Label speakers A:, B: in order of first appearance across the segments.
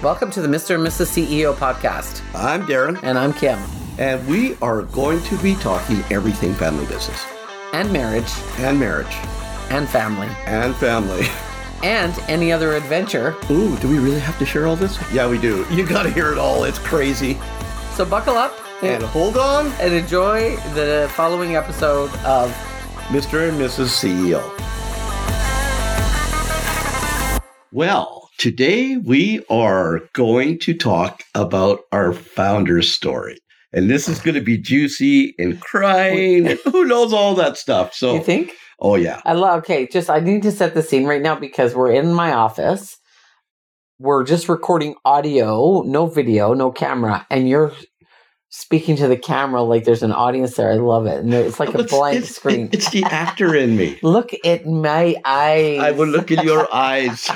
A: Welcome to the Mr. and Mrs. CEO podcast.
B: I'm Darren,
A: And I'm Kim.
B: and we are going to be talking everything family business
A: And marriage,
B: and marriage
A: and family,
B: and family.
A: and any other adventure.
B: Ooh, do we really have to share all this? Yeah, we do. You got to hear it all. It's crazy.
A: So buckle up
B: And hold on,
A: and enjoy the following episode of
B: Mr. and E Mrs. CEO. Well, today we are going to talk about our founder's story. And this is going to be juicy and crying. and Who knows all that stuff? So,
A: You think?
B: oh yeah,
A: I love okay, just I need to set the scene right now because we're in my office. We're just recording audio, no video, no camera, and you're speaking to the camera like there's an audience there. I love it. And it's like a
B: It's-
A: blank
B: it's-
A: screen.
B: It's the actor in me.
A: Look at my eyes.
B: I will look in your eyes.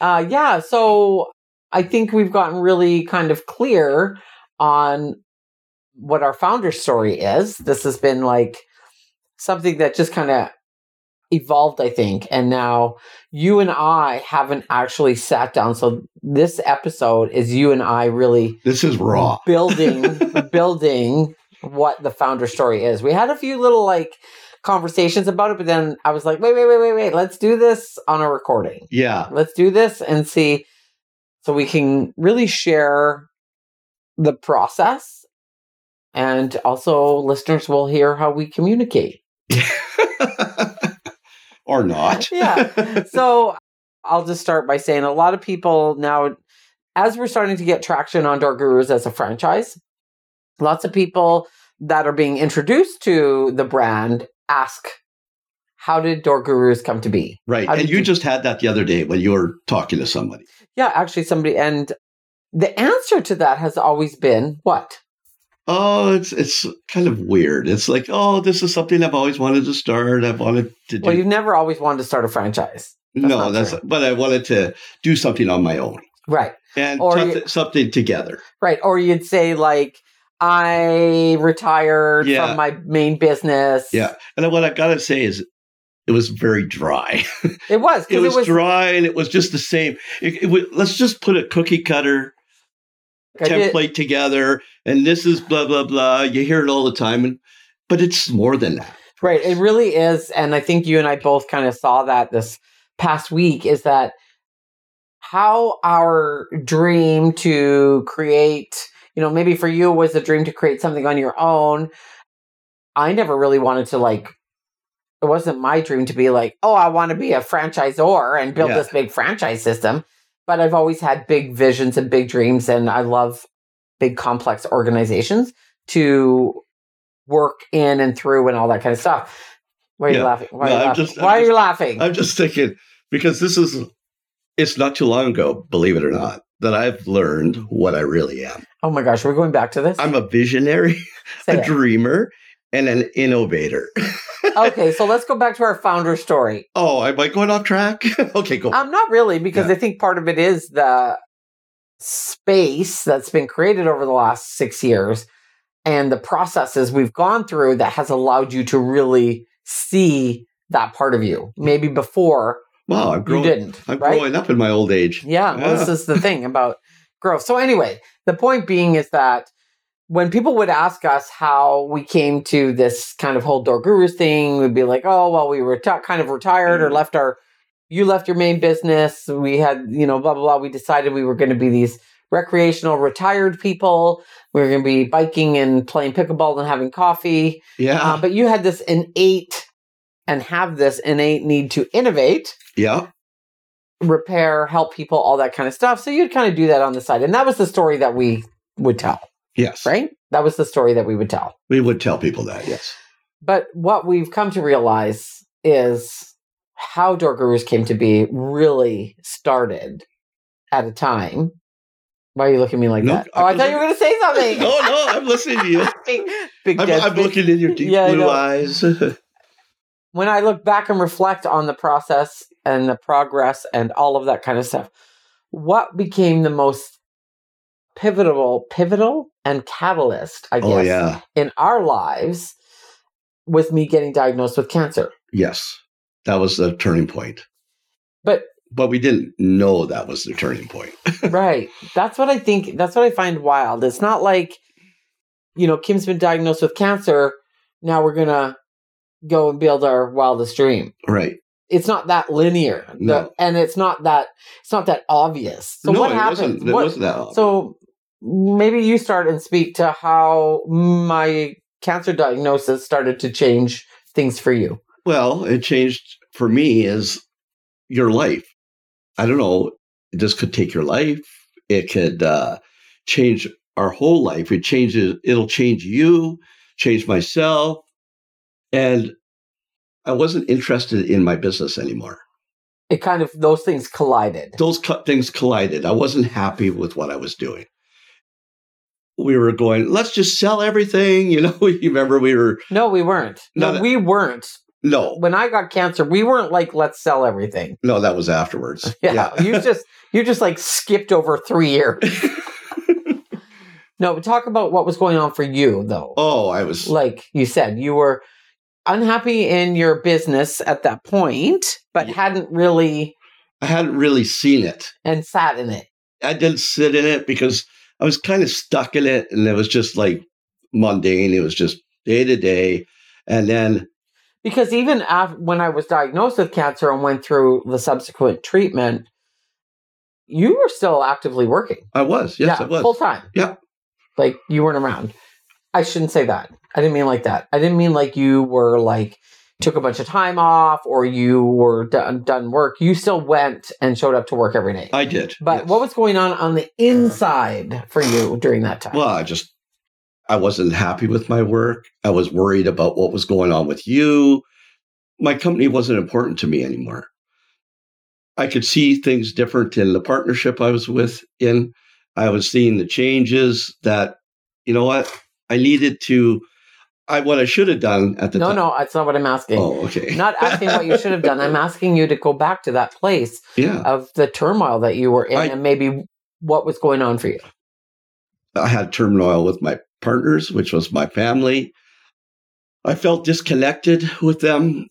A: uh, yeah, so I think we've gotten really kind of clear on what our founder story is. This has been like something that just kind of evolved, I think. And now you and I haven't actually sat down. So this episode is you and I really
B: This is raw.
A: building building what the founder story is. We had a few little like conversations about it, but then I was like, wait, wait, wait, wait, wait, let's do this on a recording.
B: Yeah.
A: Let's do this and see so we can really share the process and also listeners will hear how we communicate.
B: or not.
A: Yeah. so I'll just start by saying a lot of people now, as we're starting to get traction on Door Gurus as a franchise, lots of people that are being introduced to the brand ask, How did Door Gurus come to be?
B: right.
A: How did
B: And you
A: you-
B: just had that the other day when you were talking to somebody.
A: Yeah, actually, somebody, and the answer to that has always been what?
B: Oh, it's it's kind of weird. It's like, oh, this is something I've always wanted to start. I wanted to do.
A: Well, you've never always wanted to start a franchise. that's
B: no,
A: not
B: that's
A: true.
B: but I wanted to do something on my own
A: Right.
B: and
A: Or
B: something,
A: you-
B: something together.
A: Right. Or you'd say, like, I retired
B: Yeah.
A: from my main business.
B: Yeah. And what I've got to say is, it was very dry.
A: It was. 'cause
B: it was, dry and it was just the same. It, it was, let's just put a cookie cutter
A: I did-
B: template together, and this is blah blah blah. You hear it all the time, and, but it's more than that.
A: Right. It really is. And I think you and I both kind of saw that this past week is that how our dream to create, you know, maybe for you it was a dream to create something on your own. I never really wanted to like, it wasn't my dream to be like, oh, I want to be a franchisor and build
B: Yeah.
A: this big franchise system. But I've always had big visions and big dreams. And I love big complex organizations to work in and through and all that kind of stuff. Why are you
B: Yeah.
A: laughing? Why are
B: No,
A: you
B: I'm
A: laughing?
B: just- I'm
A: Why are you
B: just-
A: laughing?
B: I'm just thinking because this is it's not too long ago, believe it or not, that I've learned what I really am.
A: oh my gosh, we're going back to this.
B: I'm a visionary,
A: Say
B: a
A: it.
B: dreamer, and an innovator.
A: okay, so let's go back to our founder story.
B: Oh, am I going off track? okay, go.
A: Um, not really, because
B: Oh. Yeah.
A: I think part of it is the space that's been created over the last six years and the processes we've gone through that has allowed you to really see that part of you. Maybe before
B: wow, I'm
A: you
B: growing.
A: didn't.
B: I'm
A: right?
B: growing up in my old age.
A: Yeah, well, this
B: Yeah.
A: is the thing about growth. So anyway, the point being is that when people would ask us how we came to this kind of whole door gurus thing, we'd be like, "Oh, well, we were ta- kind of retired or
B: Mm.
A: left our you left your main business. We had you know blah blah blah. We decided we were going to be these recreational retired people. We were going to be biking and playing pickleball and having coffee.
B: Yeah,
A: Uh, but you had this innate and have this innate need to innovate."
B: yeah,
A: repair, help people, all that kind of stuff. So you'd kind of do that on the side. And that was the story that we would tell,
B: yes.
A: right? That was the story that we would tell.
B: We would tell people that. Yes.
A: But what we've come to realize is how Door Gurus came to be really started at a time. Why are you looking at me like
B: No,
A: that?
B: I
A: Oh, I
B: was
A: thought you were going to say something.
B: no, no, I'm listening to you.
A: big, big
B: I'm,
A: dead
B: I'm
A: face.
B: looking in your deep
A: Yeah, I know.
B: blue eyes. Oh,
A: when I look back and reflect on the process and the progress and all of that kind of stuff, what became the most pivotal, pivotal and catalyst, I guess,
B: oh yeah,
A: in our lives was me getting diagnosed with cancer.
B: yes, that was the turning point. but we didn't know that was the turning point.
A: right. That's what I think. That's what I find wild. It's not like, you know, Kim's been diagnosed with cancer. Now we're going to go and build our wildest dream.
B: Right.
A: It's not that linear. The-
B: No.
A: and it's not that, it's not that obvious. So
B: no,
A: what
B: it
A: happens?
B: wasn't, it
A: What-
B: wasn't that. obvious.
A: so maybe you start and speak to how my cancer diagnosis started to change things for you.
B: Well, it changed for me is your life. I don't know. This could take your life. It could uh, change our whole life. It changes. It'll change you. Change myself. And I wasn't interested in my business anymore.
A: It kind of, those things collided.
B: Those co- things collided. I wasn't happy with what I was doing. We were going. Let's just sell everything. You know. You remember we were
A: No, we weren't.
B: No,
A: No,
B: that-
A: we weren't.
B: no,
A: When I got cancer, we weren't like, let's sell everything.
B: no. That was afterwards.
A: Yeah. you just, you just like skipped over three years. No, but talk about what was going on for you though.
B: Oh, I was.
A: Like you said, you were unhappy in your business at that point, but
B: Yeah.
A: hadn't really
B: I hadn't really seen it.
A: and sat in it.
B: I didn't sit in it because I was kind of stuck in it and it was just like mundane. It was just day to day. And then,
A: because even af- when I was diagnosed with cancer and went through the subsequent treatment, you were still actively working.
B: I was. Yes, I was.
A: full time.
B: Yeah.
A: like you weren't around. I shouldn't say that. I didn't mean like that. I didn't mean like you were like took a bunch of time off or you were done done work. You still went and showed up to work every day.
B: I did.
A: but
B: yes.
A: what was going on on the inside for you during that time?
B: Well, I just, I wasn't happy with my work. I was worried about what was going on with you. My company wasn't important to me anymore. I could see things different in the partnership I was with in. I was seeing the changes that, you know what, I needed to, I, what I should have done at the
A: no,
B: time.
A: no, that's not what I'm asking.
B: Oh, okay.
A: Not asking what you should have done. I'm asking you to go back to that place
B: yeah.
A: of the turmoil that you were in
B: I-
A: and maybe what was going on for you.
B: I had turmoil with my partners, which was my family. I felt disconnected with them.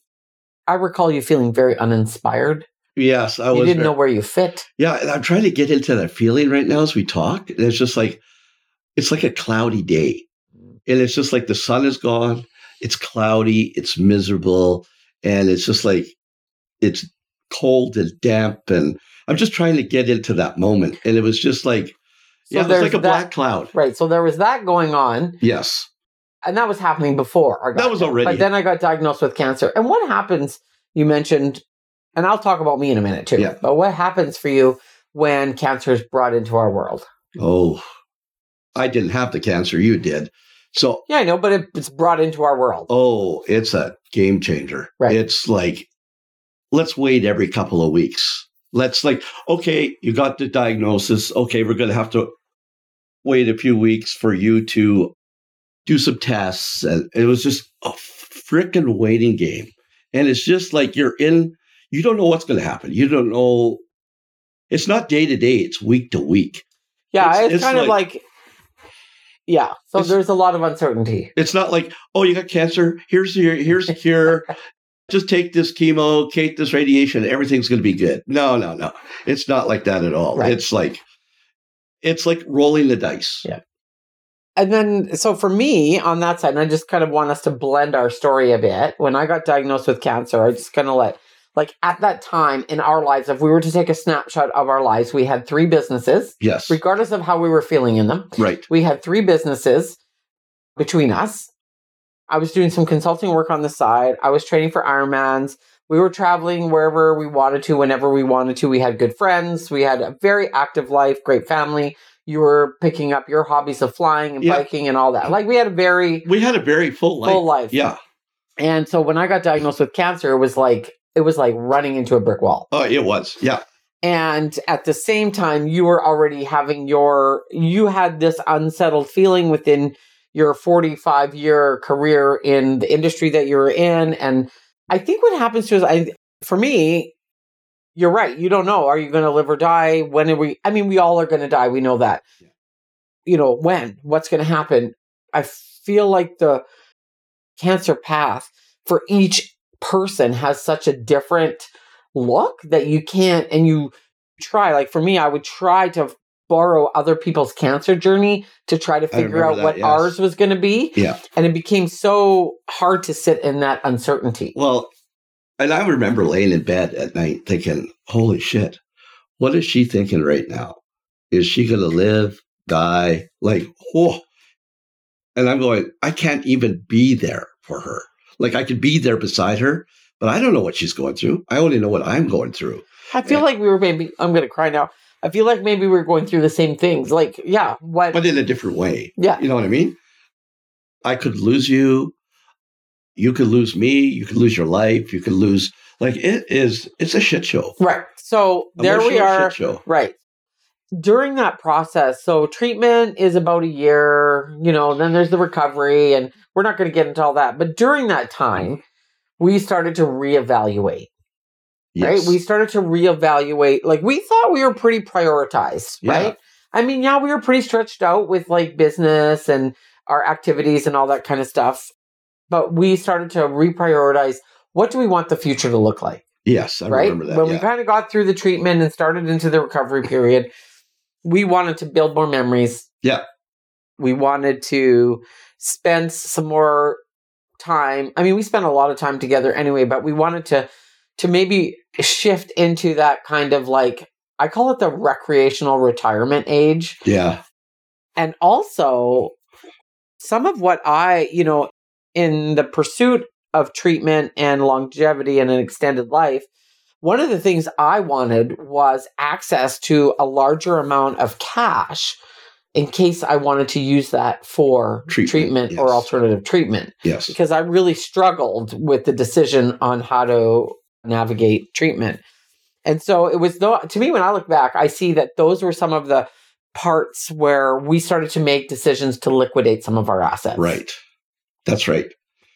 A: I recall you feeling very uninspired.
B: Yes, I
A: you
B: was.
A: didn't
B: very-
A: know where you fit.
B: Yeah, and I'm trying to get into that feeling right now as we talk. And it's just like it's like a cloudy day.
A: Mm.
B: And it's just like the sun is gone, it's cloudy, it's miserable, and it's just like it's cold and damp and I'm just trying to get into that moment. And it was just like
A: So
B: yeah, it was
A: there's
B: like a
A: that-
B: black cloud.
A: Right. So there was that going on.
B: Yes.
A: And that was happening before. I got
B: That was already
A: But then I got diagnosed with cancer. And what happens, you mentioned, and I'll talk about me in a minute too,
B: Yeah.
A: but what happens for you when cancer is brought into our world?
B: Oh, I didn't have the cancer. You did. So,
A: Yeah, I know, but it, it's brought into our world.
B: oh, it's a game changer.
A: Right.
B: It's like, let's wait every couple of weeks. Let's like, okay, you got the diagnosis. Okay, we're going to have to wait a few weeks for you to do some tests. And it was just a freaking waiting game. And it's just like you're in, you don't know what's going to happen. You don't know. It's not day to day, it's week to week.
A: yeah,
B: it's-
A: it's,
B: it's
A: kind of like, yeah. So
B: It's-
A: there's a lot of uncertainty.
B: It's not like, oh, you got cancer. Here's your here's the cure. Just take this chemo, take this radiation. Everything's going to be good. No, no, no. It's not like that at all.
A: Right.
B: It's like it's like rolling the dice.
A: Yeah. and then so for me on that side, and I just kind of want us to blend our story a bit. When I got diagnosed with cancer, I just kind of let like at that time in our lives, if we were to take a snapshot of our lives, we had three businesses,
B: Yes.
A: regardless of how we were feeling in them.
B: right.
A: We had three businesses between us. I was doing some consulting work on the side. I was training for Ironmans. We were traveling wherever we wanted to, whenever we wanted to. We had good friends. We had a very active life, great family. You were picking up your hobbies of flying and
B: Yeah.
A: biking and all that. Like we had a very
B: We had a very full life.
A: full life.
B: Yeah.
A: And so when I got diagnosed with cancer, it was like it was like running into a brick wall.
B: Oh, it was. Yeah.
A: And at the same time, you were already having your you had this unsettled feeling within your 45 year career in the industry that you were in. And I think what happens to us, I for me, you're right. You don't know. Are you gonna live or die? When are we I mean, we all are gonna die, we know that.
B: Yeah.
A: You know, when? What's gonna happen? I feel like the cancer path for each person has such a different look that you can't and you try like for me i would try to borrow other people's cancer journey to try to figure out
B: remember that,
A: what
B: yes.
A: ours was going to be
B: Yeah.
A: and it became so hard to sit in that uncertainty
B: Well, and I remember laying in bed at night thinking, holy shit, what is she thinking right now? Is she going to live, die? Like, whoa. And I'm going, I can't even be there for her. Like, I could be there beside her, but I don't know what she's going through. I only know what I'm going through.
A: i feel
B: Yeah.
A: like we were maybe i'm going to cry now i feel like maybe we were going through the same things like yeah what
B: but in a different way.
A: Yeah.
B: You know what I mean? I could lose you. You could lose me. You could lose your life. You could lose, like, it is, it's a shit show.
A: right so there we
B: Emotional
A: are
B: Shit show.
A: Right. During that process, so treatment is about a year, you know, then there's the recovery, and we're not going to get into all that. But during that time, we started to reevaluate,
B: Yes.
A: right? We started to reevaluate. Like, we thought we were pretty prioritized,
B: Yeah.
A: right? I mean, yeah, we were pretty stretched out with like business and our activities and all that kind of stuff. But we started to reprioritize what do we want the future to look like?
B: yes. I
A: right?
B: remember that.
A: when
B: yeah.
A: we kind of got through the treatment and started into the recovery period, we wanted to build more memories.
B: Yeah.
A: We wanted to spend some more time. I mean, we spent a lot of time together anyway, but we wanted to to maybe shift into that kind of like I call it the recreational retirement age.
B: yeah.
A: And also some of what I, you know, in the pursuit of treatment and longevity and an extended life, one of the things I wanted was access to a larger amount of cash in case I wanted to use that for
B: Treatment,
A: treatment,
B: yes.
A: or alternative treatment
B: Yes.
A: because I really struggled with the decision on how to navigate treatment. And so it was though to me when I look back, I see that those were some of the parts where we started to make decisions to liquidate some of our assets.
B: Right. That's right.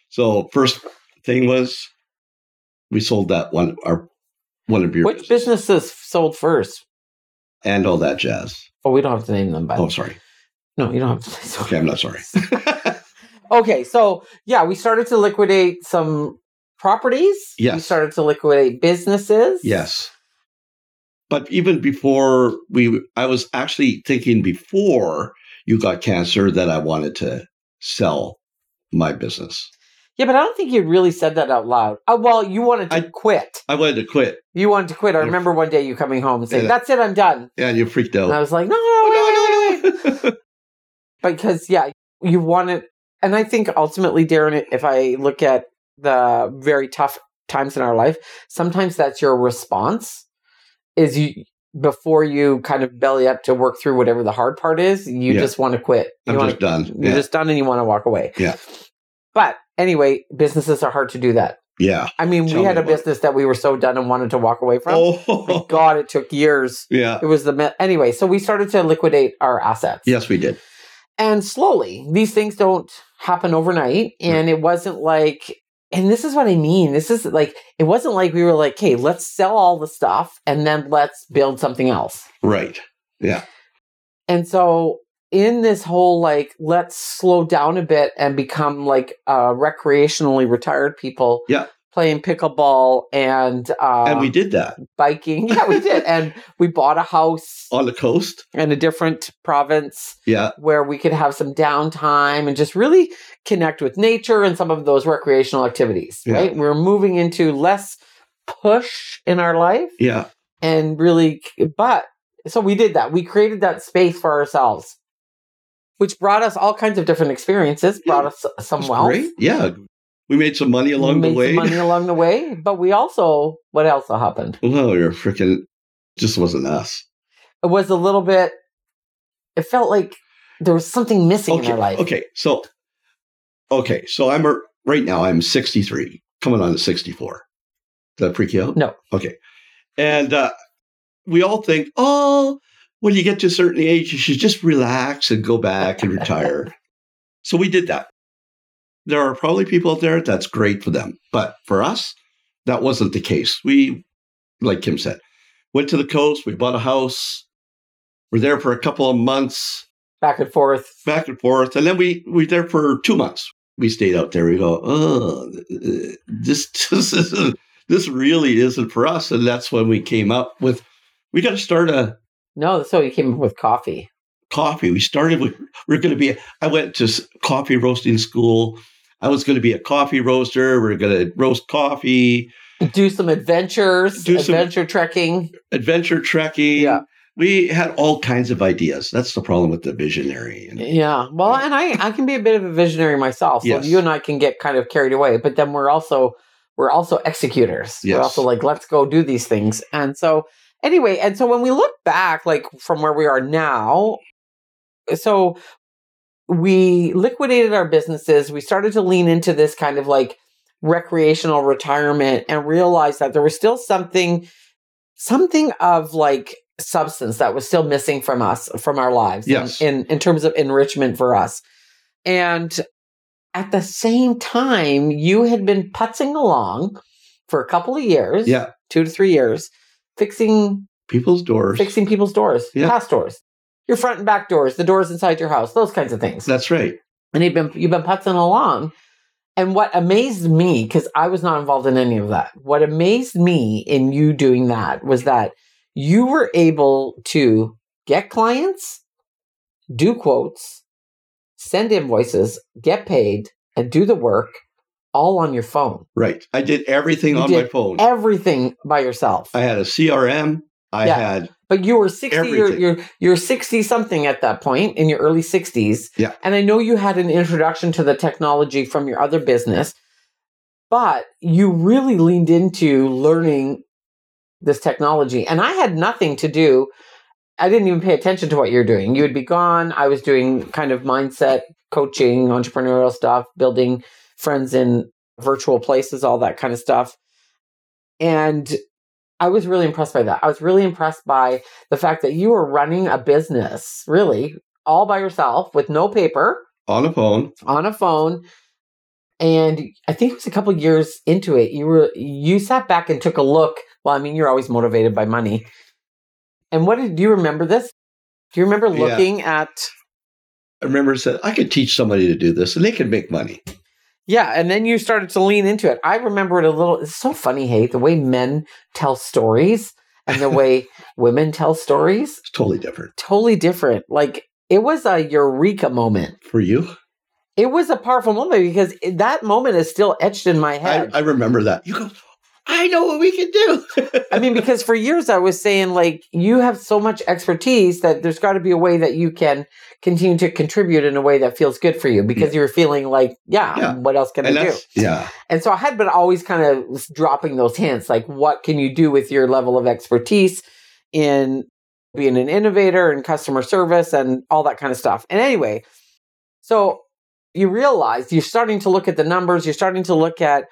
B: So first thing was we sold that one our one of your
A: Which businesses sold first?
B: and all that jazz.
A: Oh, we don't have to name them, but
B: Oh, sorry.
A: no, you don't have to. Say
B: Okay, I'm not sorry.
A: Okay, so yeah, we started to liquidate some properties. We
B: Yes.
A: started to liquidate businesses.
B: yes. But even before we, I was actually thinking before you got cancer that I wanted to sell my business.
A: Yeah, but I don't think you really said that out loud. Uh, well, you wanted to
B: I-
A: quit.
B: I wanted to quit,
A: You wanted to quit. I
B: Yeah.
A: remember one day you coming home and saying,
B: Yeah.
A: "That's it, I'm done."
B: and you freaked out.
A: And I was like, "No, no, wait, wait, wait,
B: Oh,
A: wait."
B: no, no, no.
A: because yeah, you want it. And I think ultimately, Darren, if I look at the very tough times in our life, sometimes that's your response is you before you kind of belly up to work through whatever the hard part is, you
B: Yeah.
A: just want to quit. You
B: I'm
A: wanna-
B: just done.
A: you're
B: Yeah.
A: just done and you want to walk away.
B: Yeah.
A: But anyway, businesses are hard to do that.
B: yeah.
A: I mean,
B: Tell
A: we
B: me
A: had a
B: about it.
A: business that we were so done and wanted to walk away from.
B: Oh,
A: God, it took years.
B: yeah.
A: It was the me- anyway. So we started to liquidate our assets.
B: Yes, we did.
A: And slowly, these things don't happen overnight. And it wasn't like, and this is what I mean. This is like, it wasn't like we were like, hey, let's sell all the stuff and then let's build something else.
B: Right.
A: And so, in this whole like, let's slow down a bit and become like uh, recreationally retired people.
B: Yeah.
A: Playing pickleball and, uh,
B: and we did that
A: biking. Yeah, we did. and we bought a house
B: on the coast.
A: in a different province
B: Yeah.
A: where we could have some downtime and just really connect with nature and some of those recreational activities,
B: Yeah.
A: right? We're moving into less push in our life
B: Yeah.
A: and really, but so we did that. We created that space for ourselves, which brought us all kinds of different experiences,
B: Yeah.
A: brought us some
B: That's
A: wealth.
B: great. Yeah. We made some money along
A: made
B: the way.
A: some money along the way, but we also, what else happened?
B: Well, you're freaking just wasn't us.
A: It was a little bit, it felt like there was something missing
B: Okay.
A: in our life.
B: Okay. So okay. So I'm a, right now I'm 63, coming on to 64. Did that freak you out?
A: No.
B: Okay. And uh, we all think, oh, when you get to a certain age, you should just relax and go back and retire. so we did that. There are probably people out there that's great for them. But for us, that wasn't the case. We, like Kim said, went to the coast, we bought a house, we're there for a couple of months,
A: Back and forth.
B: back and forth. And then we we were there for two months. We stayed out there. We go, oh, this, this is this really isn't for us. And that's when we came up with we got to start a
A: No, so you came up with coffee.
B: coffee. We started with we're going to be. I went to s- coffee roasting school. I was going to be a coffee roaster. We're going to roast coffee,
A: Do some adventures,
B: Do some-
A: adventure trekking.
B: adventure trekking.
A: Yeah.
B: We had all kinds of ideas. That's the problem with the visionary. And
A: Yeah. Well, and I I can be a bit of a visionary myself. So
B: Yes.
A: you and I can get kind of carried away, but then we're also we're also executors. We're
B: Yes.
A: also like let's go do these things. And so anyway, and so when we look back like from where we are now, so we liquidated our businesses, we started to lean into this kind of like recreational retirement and realized that there was still something something of like substance that was still missing from us from our lives in-
B: Yes.
A: in, in terms of enrichment for us and at the same time you had been putzing along for a couple of years
B: yeah,
A: two to three years fixing
B: people's doors.
A: fixing people's doors
B: Yeah.
A: past doors your front and back doors the doors inside your house those kinds of things
B: That's right.
A: and you've been you've been putzing along. And what amazed me, because I was not involved in any of that, what amazed me in you doing that was that you were able to get clients, do quotes, send invoices, get paid, and do the work all on your phone.
B: Right. I did everything
A: You
B: on my
A: did
B: phone.
A: Everything by yourself.
B: I had a CRM. I
A: Yeah.
B: had
A: But you were 60, you're,
B: Everything.
A: you're, you're 60 something at that point in your early 60s.
B: Yeah.
A: And I know you had an introduction to the technology from your other business, but you really leaned into learning this technology. And I had nothing to do. I didn't even pay attention to what you're doing. You would be gone. I was doing kind of mindset coaching, entrepreneurial stuff, building friends in virtual places, all that kind of stuff. And I was really impressed by that. I was really impressed by the fact that you were running a business really all by yourself with no paper
B: on a phone.
A: on a phone and i think it was a couple of years into it you were you sat back and took a look well i mean you're always motivated by money and what did do you remember this do you remember
B: Yeah.
A: looking at
B: I remember I said, I could teach somebody to do this and they could make money.
A: Yeah, and then you started to lean into it. I remember it a little. It's so funny, hey, the way men tell stories and the way women tell stories,
B: It's totally different.
A: totally different. Like it was a eureka moment.
B: For you?
A: It was a powerful moment because it- that moment is still etched in my
B: I,
A: head.
B: I remember that. You go, I know what we can do.
A: I mean, because for years I was saying like you have so much expertise that there's got to be a way that you can continue to contribute in a way that feels good for you because you were feeling like, yeah,
B: Yeah.
A: what else can
B: and
A: I do?
B: that's, yeah.
A: And so I had been always kind of dropping those hints, like what can you do with your level of expertise in being an innovator and customer service and all that kind of stuff. And anyway, so you realize you're starting to look at the numbers, you're starting to look at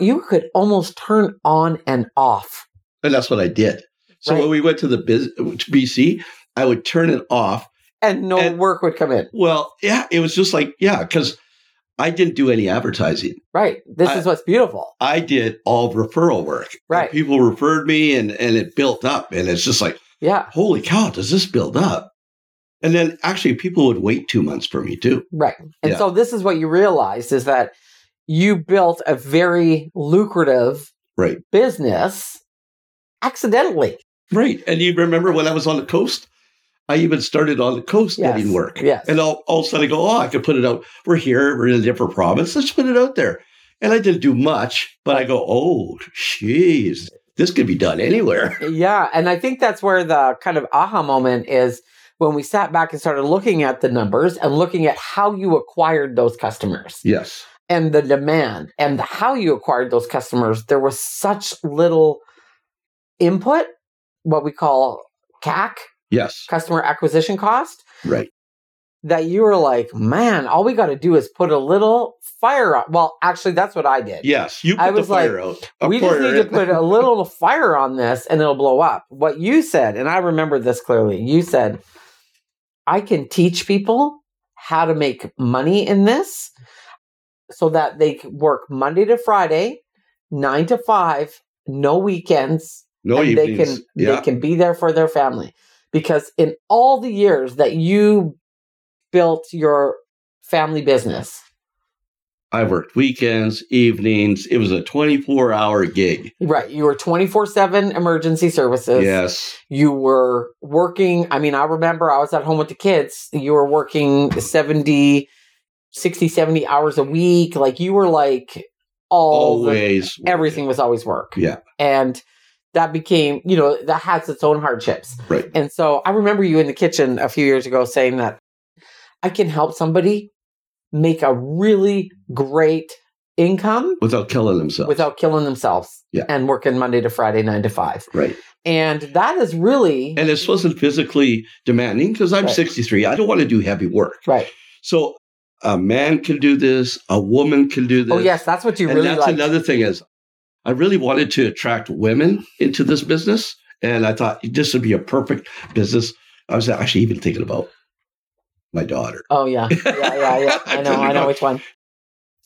A: you could almost turn on and off.
B: And that's what I did. So
A: Right.
B: when we went to the biz, to BC, I would turn it off.
A: And no
B: And-
A: work would come in.
B: Well, yeah, it was just like, yeah, because I didn't do any advertising.
A: Right. This
B: I-
A: is what's beautiful.
B: I did all referral work. And
A: Right.
B: people referred me and, and it built up. And it's just like,
A: Yeah.
B: holy cow, does this build up? And then actually, people would wait two months for me too.
A: Right. And
B: Yeah.
A: so this is what you realized is that you built a very lucrative
B: Right.
A: business accidentally.
B: Right. And you remember when I was on the coast, I even started on the coast
A: Yes,
B: getting work.
A: yes.
B: And all, all of a sudden I go, oh, I could put it out. We're here. We're in a different province. Let's put it out there. And I didn't do much, but I go, oh, jeez, this could be done anywhere.
A: Yeah. And I think that's where the kind of aha moment is when we sat back and started looking at the numbers and looking at how you acquired those customers
B: Yes.
A: and the demand and the how you acquired those customers. There was such little input, what we call CAC,
B: Yes.
A: customer acquisition cost.
B: Right.
A: that you were like, man, all we got to do is put a little fire on. Well, actually, that's what I did.
B: Yes. You put
A: I
B: the
A: was like,
B: fire out. A
A: we just
B: fire
A: need to
B: in.
A: put a little fire on this and it'll blow up. What you said, and I remember this clearly, you said, I can teach people how to make money in this so that they can work Monday to Friday, nine to five, no weekends,
B: no
A: and they
B: evenings.
A: can
B: yeah.
A: they can be there for their family because in all the years that you built your family business
B: I worked weekends, evenings. It was a 24 hour gig.
A: Right. You were 24 7 emergency services.
B: Yes.
A: You were working. I mean, I remember I was at home with the kids. You were working 70, 60, 70 hours a week. Like you were like all the
B: Always.
A: everything was always work.
B: Yeah.
A: And that became, you know, that has its own hardships.
B: Right.
A: And so I remember you in the kitchen a few years ago saying that I can help somebody make a really great income
B: Without killing themselves.
A: without killing themselves
B: Yeah.
A: and working Monday to Friday, nine to five.
B: Right.
A: And that is really
B: And this wasn't physically demanding because I'm
A: Right.
B: 63. I don't want to do heavy work.
A: right.
B: So a man can do this, a woman can do this.
A: Oh, yes, that's what you
B: and
A: really
B: that's
A: like.
B: another thing is I really wanted to attract women into this business. And I thought this would be a perfect business. I was actually even thinking about my daughter.
A: Oh, yeah. Yeah, yeah, yeah. I know. I know which one.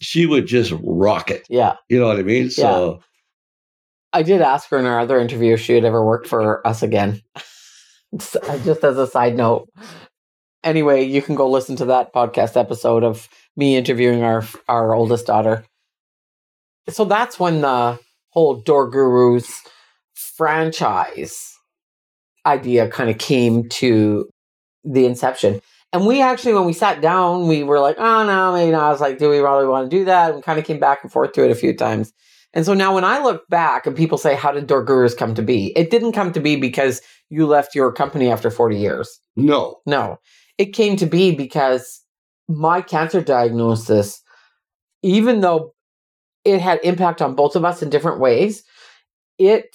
B: She would just rock it.
A: Yeah.
B: You know what I mean? So
A: I did ask her in our other interview if she had ever worked for us again. Just just as a side note. Anyway, you can go listen to that podcast episode of me interviewing our our oldest daughter. So that's when the whole Door Gurus franchise idea kind of came to the inception. And we actually, when we sat down, we were like, oh no, maybe not. I was like, do we really want to do that? And we kind of came back and forth to it a few times. And so now when I look back and people say, How did Door Gurus come to be? It didn't come to be because you left your company after 40 years.
B: no.
A: No, it came to be because my cancer diagnosis, even though it had impact on both of us in different ways, it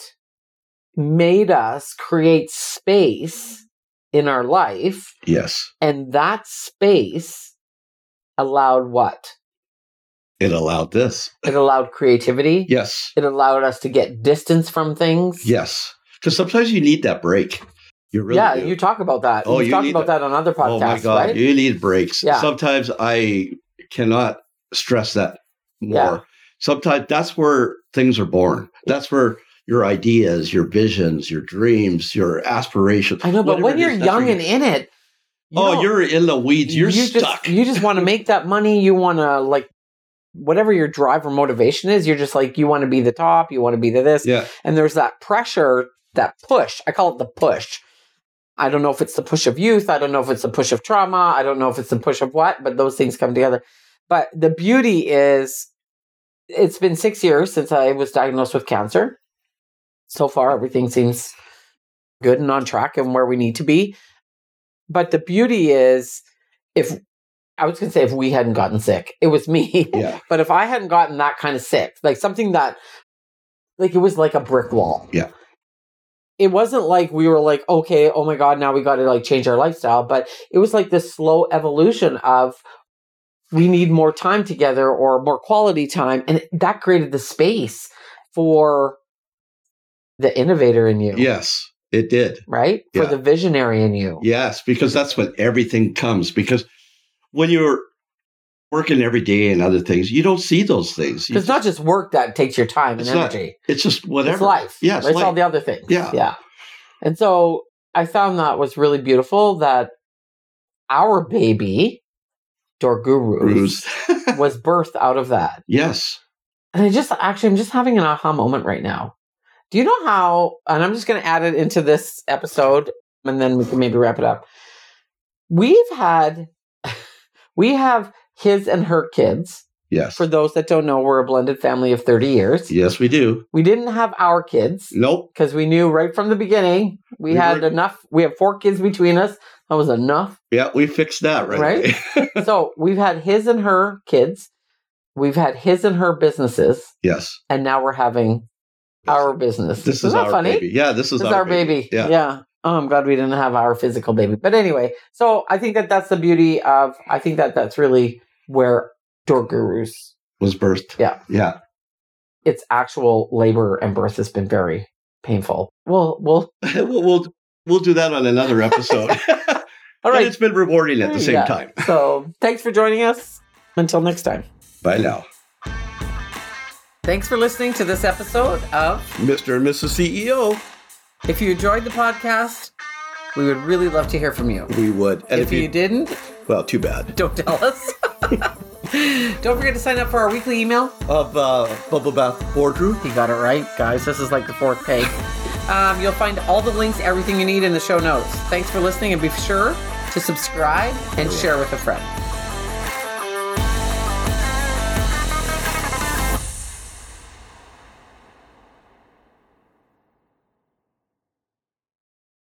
A: made us create space in our life.
B: Yes.
A: And that space allowed what?
B: It allowed this.
A: It allowed creativity.
B: Yes.
A: It allowed us to get distance from things.
B: Yes. Because sometimes you need that break. You really
A: yeah,
B: do.
A: you talk about that.
B: Oh,
A: You've
B: you
A: talked
B: need
A: about that. on other podcasts,
B: oh my God.
A: right?
B: You need breaks.
A: Yeah.
B: Sometimes I cannot stress that more.
A: Yeah.
B: Sometimes that's where things are born. That's where your ideas, your visions, your dreams, your aspirations.
A: I know, but
B: whatever
A: when
B: it
A: you're
B: is, that's where
A: young
B: you-
A: and in it, you
B: oh,
A: don't-
B: you're in the weeds. You're
A: you
B: stuck.
A: Just, you just want to make that money. You want to like whatever your drive or motivation is. You're just like you want to be the top. You want to be the this.
B: yeah.
A: And there's that pressure, that push. I call it the push. I don't know if it's the push of youth. I don't know if it's the push of trauma. I don't know if it's the push of what, but those things come together. But the beauty is it's been six years since I was diagnosed with cancer. So far, everything seems good and on track and where we need to be. But the beauty is if I was going to say if we hadn't gotten sick, it was me.
B: Yeah.
A: But if I hadn't gotten that kind of sick, like something that, like it was like a brick wall.
B: Yeah.
A: It wasn't like we were like, okay, oh my God, now we got to like change our lifestyle. But it was like this slow evolution of we need more time together or more quality time. And that created the space for the innovator in you.
B: Yes. It did.
A: Right?
B: Yeah.
A: For the visionary in you.
B: Yes, because that's when everything comes. Because when you're working every day and other things, you don't see those things. You
A: It's not just work that takes your time and
B: It's not-
A: energy.
B: it's just whatever.
A: It's life.
B: Yeah,
A: It's,
B: it's
A: all
B: life.
A: the other things.
B: Yeah.
A: Yeah. And so I found that was really beautiful that our baby, Door Gurus,
B: Bruise.
A: was birthed out of that.
B: yes.
A: And I just actually, I'm just having an aha moment right now. Do you know how, and I'm just going to add it into this episode and then we can maybe wrap it up. We've had, we have his and her kids.
B: Yes.
A: For those that don't know, we're a blended family of 30 years.
B: yes, we do.
A: We didn't have our kids
B: Nope.
A: because we knew right from the beginning we,
B: Mm. We
A: had
B: were-
A: enough. We have four kids between us. That was enough.
B: Yeah, we fixed that right,
A: Right?
B: away.
A: so we've had his and her kids. We've had his and her businesses,
B: yes.
A: and now we're having our business.
B: This is
A: Isn't that
B: our
A: funny?
B: baby. Yeah, this is,
A: This is our baby.
B: Yeah.
A: Oh, I'm glad we didn't have our physical baby. But anyway, so I think that that's the beauty of. I think that that's really where Door Gurus,
B: Was birthed.
A: Yeah.
B: Yeah.
A: its actual labor and birth has been very painful. Well, well,
B: we'll, we'll we'll do that on another episode.
A: all
B: And
A: right.
B: it's been rewarding at the same
A: Yeah.
B: time.
A: So thanks for joining us. Until next time.
B: Bye now.
A: Thanks for listening to this episode of
B: Mr. and Mrs.
C: E
B: CEO,
A: If you enjoyed the podcast, we would really love to hear from you.
B: we would. And
A: If you didn't,
B: well, too bad.
A: don't tell us. Don't forget to sign up for our weekly email.
C: Of uh, Bubble Bath Boardroom.
A: You got it right, guys. This is like the fourth page. Um, you'll find all the links, everything you need in the show notes. Thanks for listening, and be sure to subscribe and share with a friend.